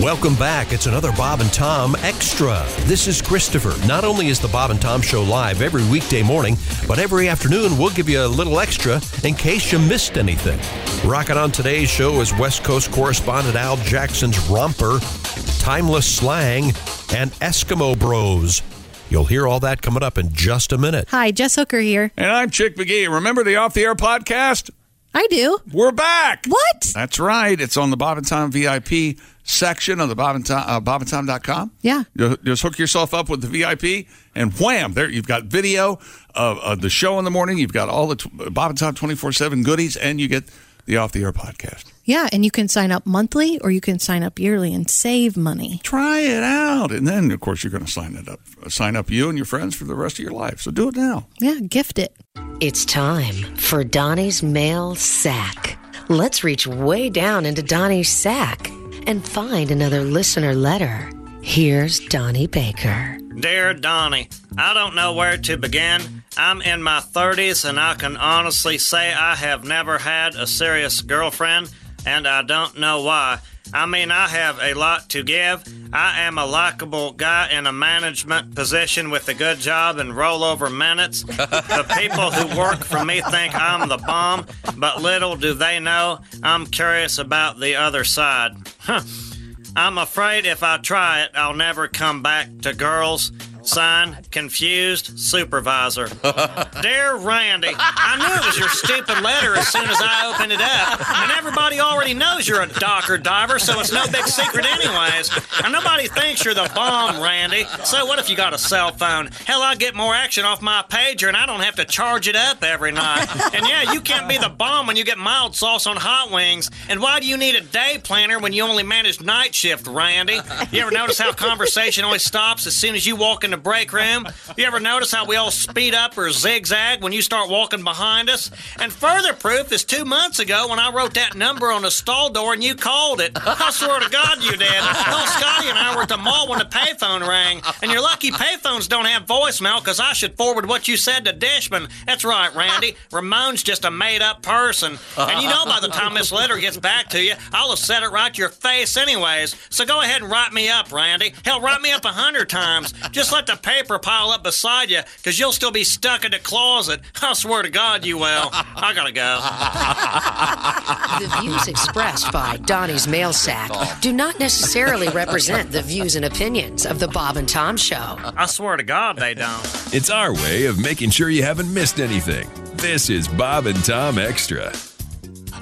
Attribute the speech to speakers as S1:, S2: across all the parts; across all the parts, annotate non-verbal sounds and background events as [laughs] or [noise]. S1: Welcome back. It's another Bob and Tom Extra. This is Christopher. Not only is the Bob and Tom Show live every weekday morning, but every afternoon we'll give you a little extra in case you missed anything. Rocking on today's show is West Coast correspondent Al Jackson's romper, timeless slang, and Eskimo Bros. You'll hear all that coming up in just a minute.
S2: Hi, Jess Hooker here.
S3: And I'm Chick McGee. Remember the Off the Air podcast?
S2: I do.
S3: We're back.
S2: What?
S3: That's right. It's on the Bob and Tom VIP section of the Bob and Tom, uh, bobandtom.com.
S2: Yeah.
S3: You- Just hook yourself up with the VIP, and wham! There you've got video of, of the show in the morning. You've got all the t- Bob and Tom twenty four seven goodies, and you get the Off the Air podcast.
S2: Yeah, and you can sign up monthly or you can sign up yearly and save money.
S3: Try it out, and then of course you're going to sign it up, sign up you and your friends for the rest of your life. So do it now.
S2: Yeah, gift it.
S4: It's time for Donnie's mail sack. Let's reach way down into Donnie's sack and find another listener letter. Here's Donnie Baker.
S5: Dear Donnie, I don't know where to begin. I'm in my 30s and I can honestly say I have never had a serious girlfriend and I don't know why. I mean, I have a lot to give. I am a likable guy in a management position with a good job and rollover minutes. The people who work for me think I'm the bomb, but little do they know I'm curious about the other side. I'm afraid if I try it, I'll never come back to girls. Sign, confused supervisor. Dear Randy, I knew it was your stupid letter as soon as I opened it up. And everybody already knows you're a docker diver, so it's no big secret, anyways. And nobody thinks you're the bomb, Randy. So what if you got a cell phone? Hell, I get more action off my pager and I don't have to charge it up every night. And yeah, you can't be the bomb when you get mild sauce on hot wings. And why do you need a day planner when you only manage night shift, Randy? You ever notice how conversation always stops as soon as you walk in the break room? You ever notice how we all speed up or zigzag when you start walking behind us? And further proof is two months ago when I wrote that number on the stall door and you called it. I swear to God you did. Old Scotty and I were at the mall when the payphone rang. And you're lucky payphones don't have voicemail because I should forward what you said to Dishman. That's right, Randy. Ramon's just a made up person. And you know by the time this letter gets back to you, I'll have said it right to your face anyways. So go ahead and write me up, Randy. Hell, write me up a hundred times. Just let the paper pile up beside you because you'll still be stuck in the closet. [laughs] I swear to God you will. I gotta go.
S4: The views expressed by Donnie's mail sack do not necessarily represent the views and opinions of the Bob and Tom Show.
S5: I swear to God they don't.
S6: It's our way of making sure you haven't missed anything. This is Bob and Tom Extra.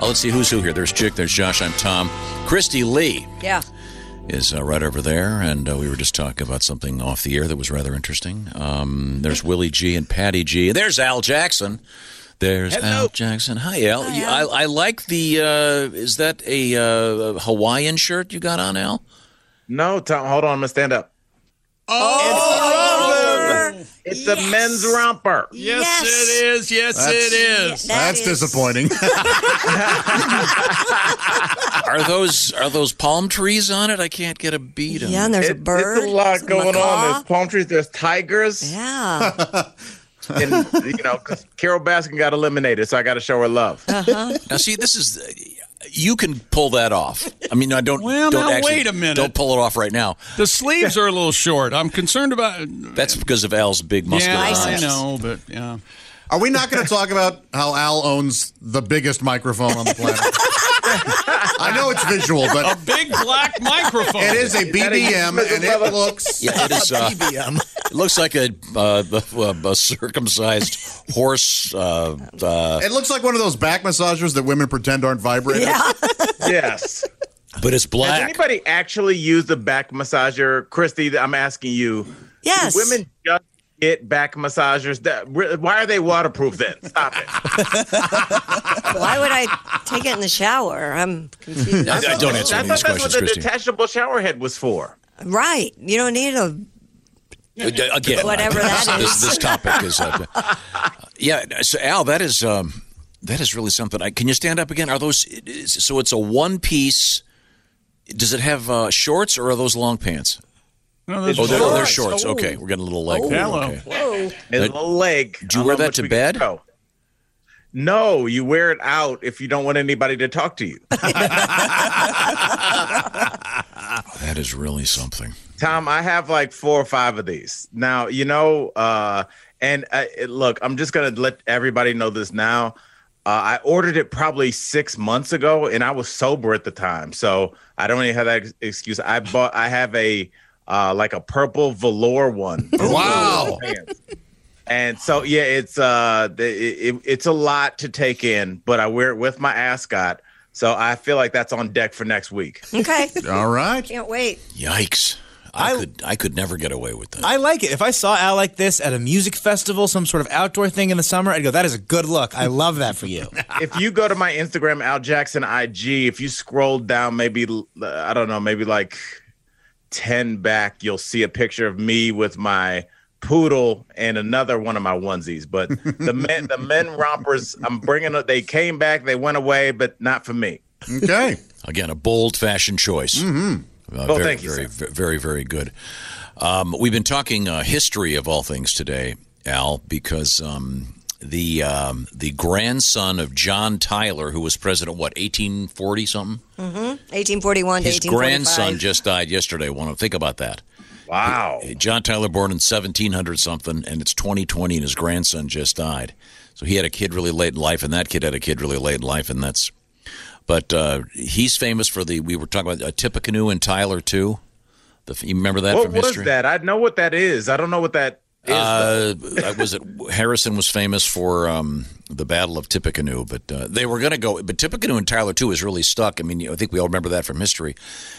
S7: Oh, let's see who's who here. There's Chick, there's Josh, I'm Tom. Christy Lee
S8: Yeah.
S7: is uh, right over there, and uh, we were just talking about something off the air that was rather interesting. Um, there's Willie G and Patty G. There's Al Jackson. There's Al Jackson. Hi, Al. You- I, I like the. Uh, is that a uh, Hawaiian shirt you got on, Al?
S9: No, Tom, hold on. I'm gonna stand up. It's a men's romper.
S8: Oh, Yes,
S3: It is. Yes, it is.
S8: That's disappointing.
S7: Are those are those palm trees on it? I can't get a beat on.
S8: yeah, and
S7: it.
S8: there's a
S9: It-
S8: bird.
S9: It's a lot
S8: there's
S9: going on.
S8: macaw.
S9: There's palm trees. There's tigers.
S8: Yeah.
S9: And you know, 'cause Carol Baskin got eliminated, so I got to show her
S8: [laughs]
S9: love.
S7: Now, see, this is you can pull that off. I mean, I don't.
S3: Well,
S7: don't
S3: now,
S7: actually-
S3: wait a minute.
S7: Don't pull it off right now.
S3: [laughs] The sleeves are a little short. I'm concerned about.
S7: That's because of Al's big muscle.
S3: Yeah, I
S8: Biceps.
S3: [laughs] know, but yeah.
S8: Are we not going to talk about how Al owns the biggest microphone on the
S3: [laughs]
S8: planet? I know it's visual,
S3: A
S8: but
S3: big black microphone.
S8: it is a BBM, and it
S7: [laughs]
S8: looks.
S7: Yeah, it is. Uh, it looks like a, uh, a, a circumcised horse. Uh, uh,
S8: It looks like one of those back massagers that women pretend aren't vibrating. Yeah.
S9: yes.
S7: but it's
S9: Does
S7: black.
S9: anybody actually use the back massager, Christy? I'm asking you.
S8: Yes.
S9: Women just get back massagers. That- Why are they waterproof
S8: [laughs]
S9: then? Stop it.
S8: Why would I take it in the shower? I'm confused.
S7: I, I don't answer
S9: I
S7: any of these
S9: thought that's
S7: questions,
S9: what the
S7: Christy.
S9: detachable shower head was for.
S8: right. You don't need a.
S7: Uh, Again,
S8: Whatever that
S7: this,
S8: is.
S7: this topic is. Uh, yeah, so Al, that is um, that is really something. I, can you stand up again? Are those it is- so? It's a one piece. Does it have uh, shorts or are those long pants?
S3: No, those
S7: Oh,
S3: are
S7: they're,
S3: short.
S7: they're shorts. Okay, we're getting a little leg. there.
S3: Hello.
S7: Okay.
S9: It's
S7: That-
S9: a leg.
S7: Do you wear
S9: I don't know
S7: that
S9: what
S7: to
S9: we
S7: bed?
S9: can show. No, you wear it out
S7: [laughs]
S9: if you don't want anybody to talk to you.
S7: That That is really something.
S9: Tom, I have like four or five of these. Now, you know, uh, and uh, it- look, I'm just going to let everybody know this now. Uh, I ordered it probably six months ago, and I was sober at the time, so I don't even have that ex- excuse. I bought, I have a uh, like a purple
S7: [laughs]
S9: velour one.
S8: Wow.
S9: And so yeah, it's uh, the- it, it, it's a lot to take in, but I wear it with my ascot, so I feel like that's on deck for next week.
S10: Okay.
S8: All right.
S10: Can't wait.
S7: Yikes! I,
S11: I-
S7: could I could never get away with that.
S11: I like it. If I saw Al like this at a music festival, some sort of outdoor thing in the summer, I'd go, that is a good look. I love that for you.
S9: if you go to my Instagram, Al Jackson IG, if you scroll down, maybe uh, I don't know, maybe like ten back, you'll see a picture of me with my poodle and another one of my onesies. But the men, the men rompers, I'm bringing. up- They came back, they went away, but not for me.
S8: Okay.
S7: Again, a bold fashion choice. Mm-hmm.
S9: Well,
S7: very,
S9: thank you,
S7: very, ve- very, very good. Um, we've been talking uh, history of all things today, Al, because um, the um, the grandson of John Tyler, who was president, what eighteen forty something,
S10: 1841 to
S7: his
S10: 1845.
S7: grandson just died yesterday. Want to think about that?
S9: Wow.
S7: John Tyler born in seventeen hundred something, and it's twenty twenty, and his grandson just died. So he had a kid really late in life, and that kid had a kid really late in life, and that's. But uh, he's famous for the. We were talking about uh, Tippecanoe and Tyler too. The, you remember that
S9: What
S7: from
S9: was
S7: history?
S9: that? I know what that is. I don't know what that is. though.
S7: Uh, was it Harrison was famous for um, the Battle of Tippecanoe, but uh, they were going to go. But Tippecanoe and Tyler too is really stuck. I mean, you know, I think we all remember that from history.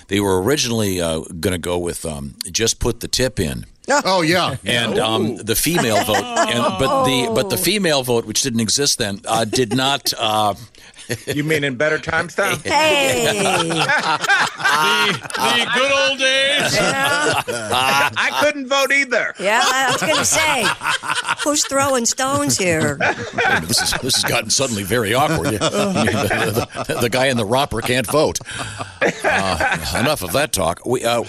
S7: They were originally uh, going to go with um, just put the tip in,
S8: Oh yeah.
S7: and um, the female vote, and, but the but the female vote, which didn't exist then, uh, did not. Uh,
S9: you mean
S7: [laughs]
S9: in better times time?
S10: Hey.
S3: the good old days.
S10: yeah.
S9: [laughs] I couldn't vote either.
S10: [laughs] yeah, I was going to say, who's throwing stones here?
S7: this, is, this has gotten suddenly very awkward. the, the- the guy in the romper can't vote. Uh, enough of that talk. We uh,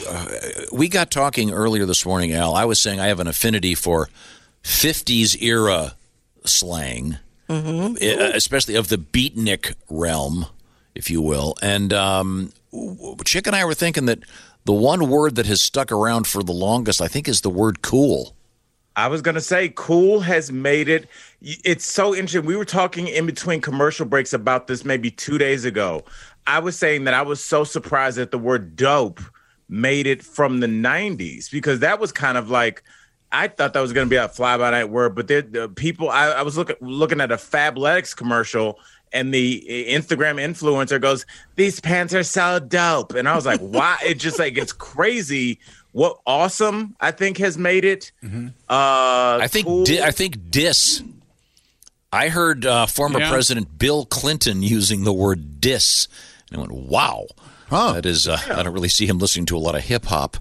S7: we got talking earlier this morning, Al. I was saying I have an affinity for '50s era slang, e- especially of the beatnik realm, if you will. And um, Chick and I were thinking that the one word that has stuck around for the longest, I think, is the word "cool."
S9: I was gonna say, cool has made it. y- It's so interesting. We were talking in between commercial breaks about this maybe two days ago. I was saying that I was so surprised that the word dope made it from the 90s because that was kind of like I thought that was gonna be a fly by night word, but there, the people I, I was looking looking at a Fabletics commercial and the Instagram influencer goes, "These pants are so dope," and I was like, [laughs] "Why?" It just like it's crazy. What awesome I think has made it. Uh,
S7: I think
S9: cool.
S7: di- I think dis. I heard uh, former
S3: Yeah.
S7: President Bill Clinton using the word dis, and I went, "Wow,
S8: Huh.
S7: that is." Uh, I don't really see him listening to a lot of hip hop,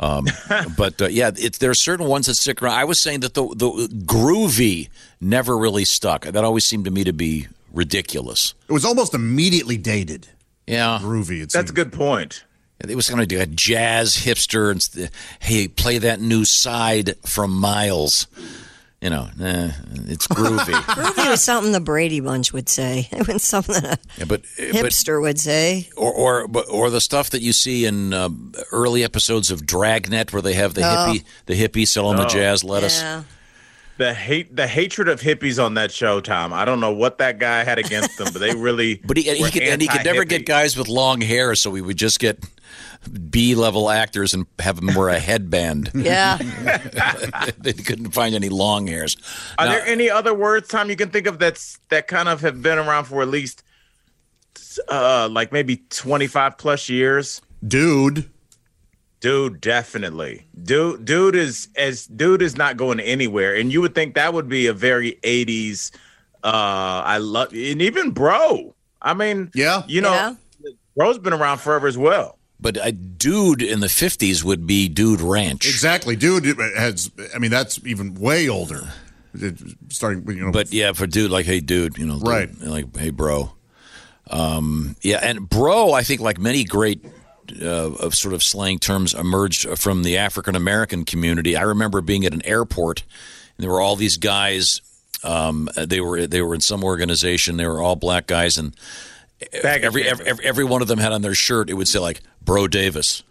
S7: um, [laughs] but uh, yeah, it's there are certain ones that stick around. I was saying that the the groovy never really stuck. That always seemed to me to be ridiculous.
S8: It was almost immediately dated.
S7: Yeah,
S8: Groovy. It's
S9: that's a good point.
S7: It was kind of like a jazz hipster and st- hey, play that new side from Miles. You know, eh, it's groovy.
S10: Groovy was something the Brady Bunch would say. [laughs] It was something a
S7: Yeah, but, but
S10: hipster would say.
S7: or or but- or the stuff that you see in um, early episodes of Dragnet, where they have the hippie the hippie selling
S9: Oh.
S7: the jazz lettuce.
S10: Oh. Yeah.
S9: The hate, the hatred of hippies on that show, Tom. I don't know what that guy had against them, but they really.
S7: [laughs] But he,
S9: were
S7: he could, and he could never get
S9: anti-hippie.
S7: guys with long hair, so we would just get B level actors and have
S10: [laughs]
S7: them wear a headband.
S10: Yeah.
S7: [laughs] they couldn't find any long hairs.
S9: Are
S7: Now-
S9: there any other words, Tom, you can think of that's that kind of have been around for at least, uh, like maybe twenty five plus years?
S8: dude.
S9: Dude, definitely. Dude, dude is as dude is not going anywhere, and you would think that would be a very '80s. Uh, I love and even bro. I mean,
S8: Yeah.
S9: you know,
S10: Yeah.
S9: bro's been around forever as well.
S7: but a dude in the fifties would be Dude Ranch.
S8: Exactly. Dude it has I mean that's even way older. It, starting with, you know
S7: But yeah, for dude, like, hey, dude, you know, dude,
S8: Right.
S7: Like, hey, bro. Um, yeah, and bro, I think like many great uh, of sort of slang terms emerged from the African American community. I remember being at an airport, and there were all these guys. Um, they were they were in some organization. They were all black guys, and
S9: Bag of
S7: every
S9: chips.
S7: every, every one of them had on their shirt it would say like "Bro Davis."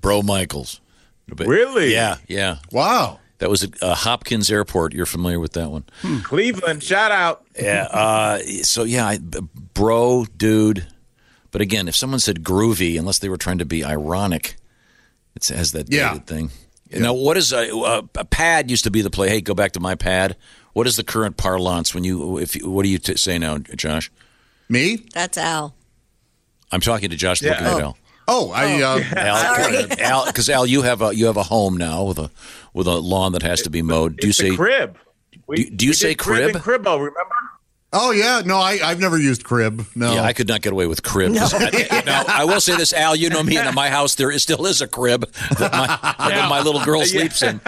S7: Bro Michaels. But-
S9: Really?
S7: Yeah, yeah.
S8: Wow.
S7: That was at uh, Hopkins Airport. You're familiar with that one.
S9: Cleveland, shout out.
S7: Yeah. Uh, so yeah, I, b- bro, dude. But again, if someone said groovy, unless they were trying to be ironic, it has that
S8: Yeah.
S7: dated thing. Now, what is a, a, a pad? Used to be the play. Hey, go back to my pad. What is the current parlance when you? If you, what do you t- say now, Josh?
S8: Me?
S10: That's Al.
S7: I'm talking to Josh. Looking at Al.
S8: Oh, I. Uh, [laughs]
S7: Al, because Al, you have a you have a home now with a with a lawn that has to be mowed. Do you
S9: It's a
S7: say
S9: crib.
S7: do, do you
S9: We
S7: say
S9: did crib? and cribbo, remember?
S8: Oh yeah. No, I, I've never used crib. No.
S7: Yeah, I could not get away with crib. I, [laughs] now, I will say this, Al. You know me, and at my house there is, still is a crib that my, that my little
S3: [laughs]
S7: girl sleeps in.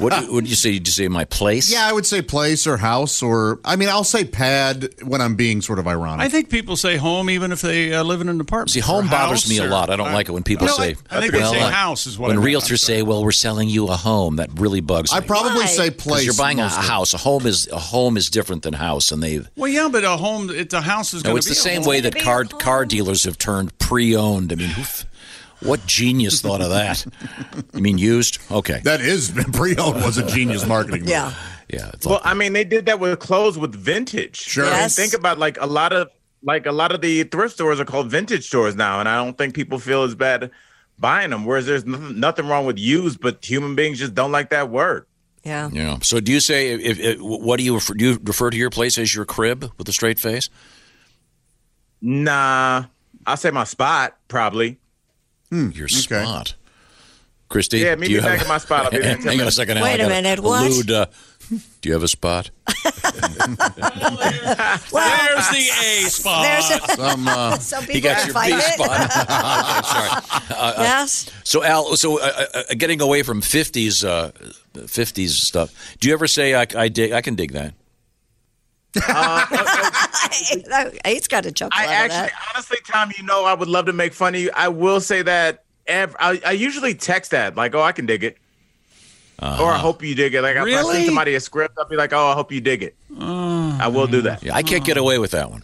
S7: What do you, what do you say? Did you say my place?
S8: Yeah, I would say place or house or I mean I'll say pad when I'm being sort of ironic.
S3: I think people say home even if they uh, live in an apartment.
S7: See, home
S3: Or
S7: bothers
S3: house
S7: me a
S3: or-
S7: lot. I don't like it when people
S3: No, I-
S7: say.
S3: I think they
S7: well,
S3: say
S7: uh,
S3: house is what
S7: When
S3: I meant. I'm
S7: realtors
S3: sorry.
S7: say, "Well, we're selling you a home," that really bugs
S8: I
S7: me.
S8: probably
S10: Why?
S8: say
S7: 'Cause
S8: place.
S7: you're buying a
S8: mostly.
S7: house. A home is a home is different than house, and they.
S3: Well, yeah, but a home, it's a house is going
S7: No,
S3: to
S7: it's
S3: be a
S7: the same
S3: home.
S7: way that
S10: be a
S7: car
S10: home.
S7: car dealers have turned pre-owned. I mean, who f- what genius thought of
S8: [laughs]
S7: that? You mean used? Okay,
S8: [laughs] That is pre-owned was a genius marketing. move.
S10: [laughs] Yeah.
S7: yeah. It's
S9: Well,
S7: like-
S9: I mean, they did that with clothes with vintage. Sure.
S10: Yes.
S9: think about like a lot of like a lot of the thrift stores are called vintage stores now, and I don't think people feel as bad buying them. Whereas there's nothing, nothing wrong with used, but human beings just don't like that word.
S10: Yeah.
S7: Yeah. So do you say if, if what do you refer, do you refer to your place as your crib with a straight face?
S9: Nah, I'll say my spot probably.
S7: Your spot, Christy.
S9: Yeah,
S7: do
S9: meet me
S7: you
S9: back
S7: have-
S9: at my spot. I'll be there
S7: [laughs] Hang
S9: in 10
S7: on a
S9: minutes.
S7: second. Al,
S10: Wait
S7: I
S10: a
S7: gotta
S10: minute, what?
S7: elude, uh, do you have
S10: [laughs]
S7: a spot?
S10: Well,
S3: There's the A spot.
S10: there's
S8: Some uh,
S10: [laughs] some uh, people
S7: He got
S10: can
S7: your
S10: fight
S7: B
S10: it. [laughs]
S7: spot. uh, Okay, sorry.
S10: yes.
S7: So Al, so uh, uh, getting away from fifties, uh, fifties stuff. Do you ever say I, I dig? I can dig that.
S10: He's got a chuckle
S9: I
S10: out of
S9: actually,
S10: that.
S9: honestly, Tom, you know, I would love to make fun of you. I will say that. Ev- I, I usually text that like, "Oh, I can dig it," or
S10: Uh-huh.
S9: "I hope you dig it." Like, if I
S3: Really?
S9: send somebody a script, I'll be like, "Oh, I hope you dig it."
S10: Uh-huh.
S9: I will do that.
S7: Yeah, I can't
S10: Oh.
S7: get away with that one.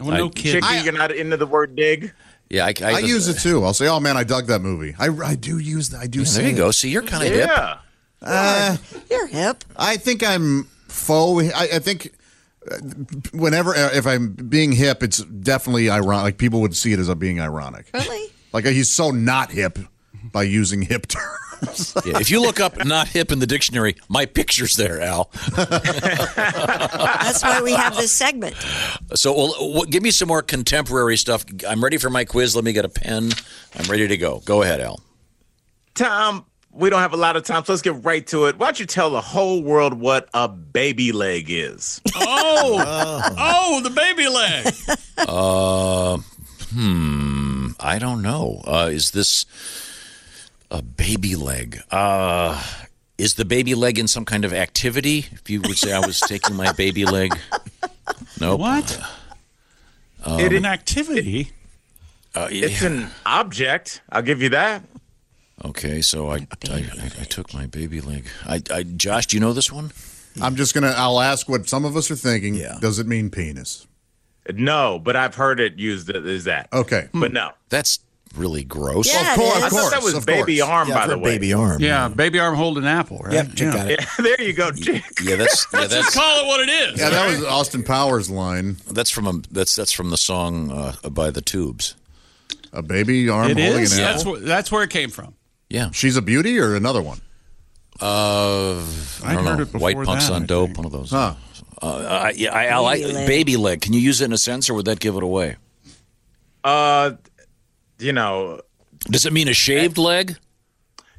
S3: Well, no kidding.
S9: Chicky, you're not into the word dig.
S7: Yeah, I,
S8: I use it too. I'll say, "Oh man, I dug that movie." I, I do use that. I do.
S7: There
S8: say
S7: you
S8: it.
S7: go. See, you're kind of hip.
S9: Yeah.
S10: You're hip.
S8: I think I'm faux. I, I think uh, whenever uh, if I'm being hip, it's definitely ironic. Like people would see it as I'm being ironic.
S10: Really?
S8: Like uh, he's so not hip by using hip terms.
S7: Yeah, if you look up "not hip" in the dictionary, my picture's there, Al.
S10: That's why we have this segment.
S7: So, well, wh- give me some more contemporary stuff. I'm ready for my quiz. Let me get a pen. I'm ready to go. Go ahead, Al.
S9: Tom, we don't have a lot of time, so let's get right to it. Why don't you tell the whole world what a baby leg [laughs] is?
S3: Oh, oh, the baby leg.
S7: Hmm. I don't know. Uh, is this a baby leg? Uh, is the baby leg in some kind of activity? If you would say I was taking my
S3: [laughs]
S7: baby leg. Nope. Um,
S3: What?
S9: It-
S3: An activity.
S7: Uh, yeah.
S9: it's an object. I'll give you that.
S7: okay, so I, I, I, I took my baby leg. I, I, Josh, do you know this one?
S8: I'm just gonna. I'll ask what some of us are thinking.
S7: Yeah.
S8: Does it mean penis?
S9: No, but I've heard it used as that.
S8: Okay.
S9: But no. [laughs]
S7: That's really gross.
S10: Yeah,
S8: of course,
S10: it
S8: of
S10: is.
S9: I thought that was
S8: of
S9: baby
S8: course.
S9: arm,
S11: Yeah,
S9: by
S11: for
S9: the
S11: a
S9: way.
S11: baby arm.
S3: Yeah, baby arm holding apple, right?
S11: Yep, Chick
S3: yeah.
S11: got it.
S9: there you [laughs] go, Chick.
S7: Yeah, that's yeah, that's
S3: Call it what it is.
S8: Yeah, that was Austin Powers' line.
S7: that's from a, that's that's from the song uh, by the Tubes.
S8: A baby arm
S3: It
S8: holding
S3: is.
S8: an
S3: That's
S8: apple.
S3: where, that's where it came from.
S7: Yeah.
S8: She's a beauty or another one?
S7: Uh, I
S3: I'd heard
S7: don't know.
S3: it before
S7: White punks
S3: that,
S7: on
S3: I
S7: dope.
S3: think.
S7: One of those.
S8: Huh.
S7: Uh, I, yeah, I, I like
S10: Baby leg.
S7: baby leg. Can you use it in a sense, or would that give it away?
S9: Uh, you know,
S7: Does it mean a shaved leg?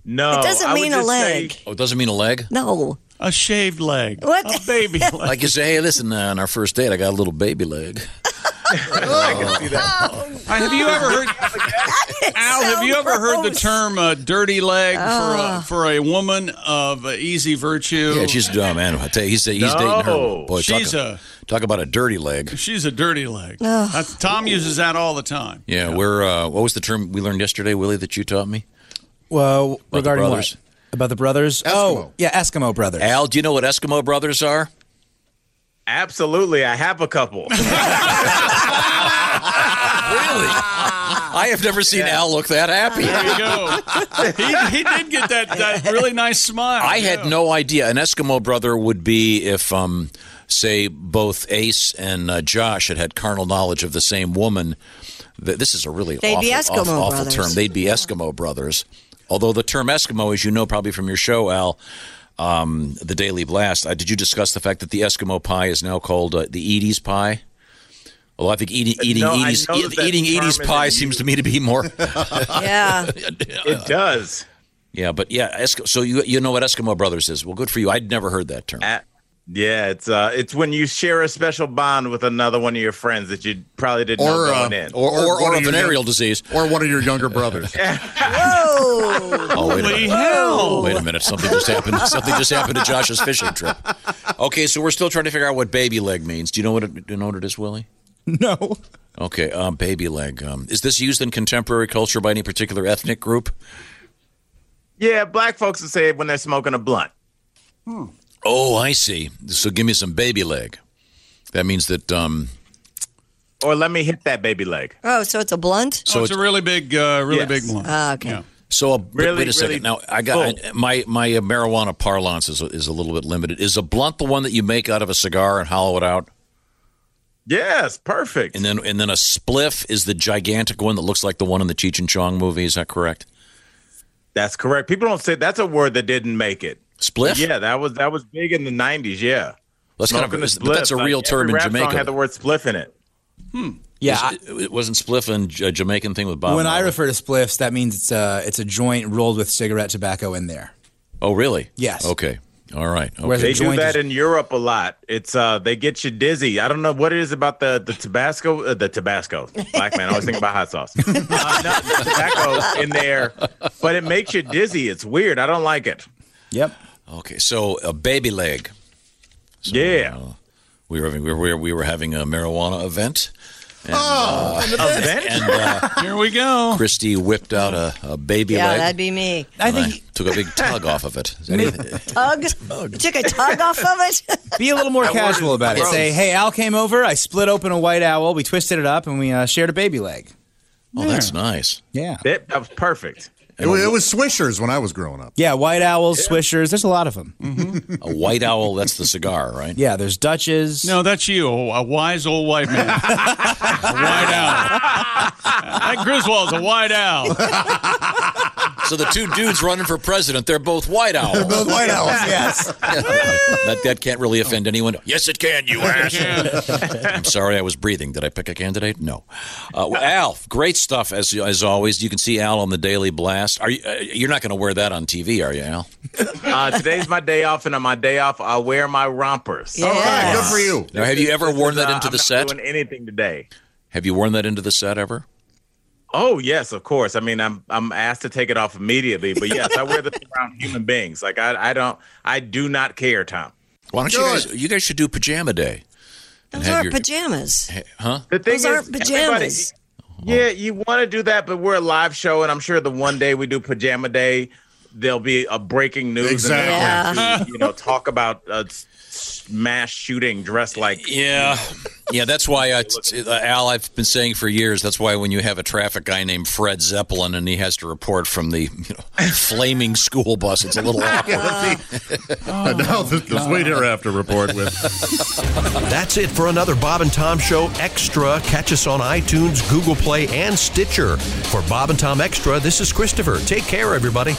S9: no.
S10: It doesn't
S9: Oh, I would
S10: mean a
S9: just say-
S10: leg.
S7: Oh, it doesn't mean a leg.
S10: No.
S3: A shaved leg.
S10: What?
S3: A baby leg.
S7: Like you say, hey, listen, uh, on our first date, I got a little baby leg.
S3: Uh, have you ever
S10: [laughs]
S3: heard? Al, have you ever heard the
S10: gross. Oh.
S3: term uh, "dirty leg" for a, for a woman of uh, easy virtue?
S7: Yeah, she's dumb, man. I tell you, he's, he's dating her.
S9: No,
S7: Boy,
S3: she's
S7: talk, talk about a dirty leg.
S3: she's a dirty leg. That's, Tom uses that all the time.
S7: Yeah, we're uh, what was the term we learned yesterday, Willie, that you taught me?
S11: Well,
S7: the
S11: regarding
S7: brothers.
S11: what? About the brothers?
S8: Eskimo.
S11: Oh, yeah, Eskimo brothers.
S7: Al, do you know what Eskimo brothers are?
S9: [laughs] Absolutely, I have a couple.
S7: Really?
S9: Ah.
S7: I have never seen Al look that happy.
S3: There you go. He, he did get that, that really nice smile.
S7: I had no idea. An Eskimo brother would be if, um, say, both Ace and uh, Josh had had carnal knowledge of the same woman. Th- This is a really
S10: They'd
S7: awful,
S10: be
S7: awful,
S10: Eskimo
S7: awful
S10: brothers.
S7: term. They'd be Eskimo brothers. Although the term Eskimo, as you know probably from your show, Al, um, the Daily Blast, uh, did you discuss the fact that the Eskimo pie is now called uh, the Edie's pie? Well, I think eating eating
S9: No, I
S7: Edie's,
S9: know
S7: e-
S9: that that
S7: eating
S9: term
S7: Edie's
S9: is
S7: pie
S9: in
S7: seems to me to be more.
S10: Yeah.
S9: It does.
S7: Yeah, but yeah, Esk- so you you know what Eskimo Brothers is? Well, good for you. I'd never heard that term.
S9: At- yeah, it's uh, it's when you share a special bond with another one of your friends that you probably didn't
S8: Or,
S9: know
S8: uh,
S9: going in.
S7: Or or,
S8: Or-
S7: or,
S8: or
S7: a
S8: you-
S7: venereal disease.
S8: Or one of your younger
S3: [laughs]
S8: brothers.
S10: Whoa.
S7: Oh wait a minute!
S3: hell.
S7: Wait a minute! Something just happened. [laughs] Something just happened to Josh's fishing trip. Okay, so we're still trying to figure out what baby leg means. Do you know what it, do you know what it is, Willie?
S11: No.
S7: Okay, um, baby leg. Um, is this used in contemporary culture by any particular ethnic group?
S9: yeah, black folks would say it when they're smoking a blunt.
S7: Oh, I see. So give me some baby leg. That means that. Um,
S9: Or let me hit that baby leg.
S10: Oh, so it's a blunt?
S7: so
S3: So it's, a really big, uh, really
S9: Yes.
S3: big one.
S10: Ah, okay.
S7: So a, but
S9: Really,
S7: wait a second.
S9: really
S7: now I got my my uh, marijuana parlance is is a little bit limited. Is a blunt the one that you make out of a cigar and hollow it out,
S9: Yes, perfect.
S7: and then and then a spliff is the gigantic one that looks like the one in the Cheech and Chong movie? Is that correct?
S9: That's correct. People don't say that's a word that didn't make it.
S7: Spliff.
S9: Yeah, that was that was big in the '90s. Yeah,
S7: that's kind of
S9: Smoking
S7: is-
S9: a
S7: but that's a
S9: spliff,
S7: real
S9: like,
S7: term
S9: every
S7: in
S9: rap song
S7: Jamaica.
S9: had the word "spliff" in it.
S11: Yeah. I-
S7: Is- it wasn't spliff and a Jamaican thing with Bob.
S11: when I
S7: Marley?
S11: refer to spliffs, that means it's a it's a joint rolled with cigarette tobacco in there.
S7: oh really?
S11: Yes.
S7: Okay. All right.
S11: Whereas
S7: Okay.
S11: a
S9: They do
S11: joint
S9: that
S11: is-
S9: in Europe a lot. It's uh they get you dizzy. I don't know what it is about the the Tabasco, uh, the Tabasco. Black man, I always think about
S7: [laughs]
S9: hot sauce. Uh, no, the tobacco in there, but it makes you dizzy. It's weird. I don't like it.
S11: Yep.
S7: Okay. So a baby leg. uh,
S9: yeah.
S7: We were having we were we were having a marijuana event.
S11: Oh,
S9: Event?
S7: [laughs] And uh,
S3: Here we go.
S7: Christy whipped out a, a baby
S10: Yeah,
S7: leg.
S10: that'd be me.
S11: I
S7: And I
S11: think
S7: took a big
S11: [laughs]
S7: tug off of it. Is that anything-
S10: Tug? You took a tug off of it?
S9: [laughs]
S11: be a little [laughs] more casual about it.
S9: gross.
S11: Say, hey, Al came over. I split open a white owl. We twisted it up and we uh, shared a baby leg.
S7: oh, that's nice.
S11: Yeah.
S9: That, that was perfect.
S8: It, wa- it was Swishers when I was growing up.
S11: Yeah. Mm. White owls, swishers. There's a lot of them.
S7: A white owl. That's the cigar, right?
S11: Yeah. There's Dutches.
S3: No, that's you, a wise old white
S8: [laughs]
S3: man. a white owl. That Griswold's a white owl.
S7: So the two dudes running for president, they're both white owls. They're both
S11: White owls. Yes.
S7: [laughs] that, that can't really offend anyone. Yes, it can, you
S11: [laughs]
S7: ass. I'm sorry, I was breathing. Did I pick a candidate? No. Uh, well, Al, great stuff as as always. You can see Al on the Daily Blast. Are you? Uh, you're not going to wear that on TV, are you, Al?
S9: Uh, today's my day off, and on my day off, I wear my rompers.
S10: Yeah.
S8: All right, good for you.
S7: Now, have you ever worn that
S9: Oh, Uh,
S7: into
S9: I'm
S7: the
S9: not
S7: set?
S9: Doing anything today?
S7: Have you worn that into the set ever?
S9: Oh yes, of course. I mean, I'm I'm asked to take it off immediately, but yes, I wear this [laughs] around human beings. Like I, I don't, I do not care, Tom.
S7: Why don't
S8: Good.
S7: you guys? You guys should do pajama day.
S10: Those
S7: have
S10: aren't
S7: your-
S10: pajamas.
S9: The thing
S10: Those aren't
S9: everybody-
S10: pajamas.
S9: Yeah, you want to do that, but we're a live show, and I'm sure the one day we do pajama day, there'll be a breaking news.
S8: Exactly.
S9: And they'll have to, you know, talk about a s- s- mass shooting dressed like.
S7: Yeah, yeah. That's why I, t- uh, Al. I've been saying for years. That's why when you have a traffic guy named Fred Zeppelin and he has to report from the you know, [laughs] flaming school bus, it's a little awkward.
S8: now this, this way thereafter report with.
S1: That's it for another Bob and Tom Show Extra. Catch us on iTunes, Google Play, and Stitcher. For Bob and Tom Extra, this is Christopher. Take care, everybody.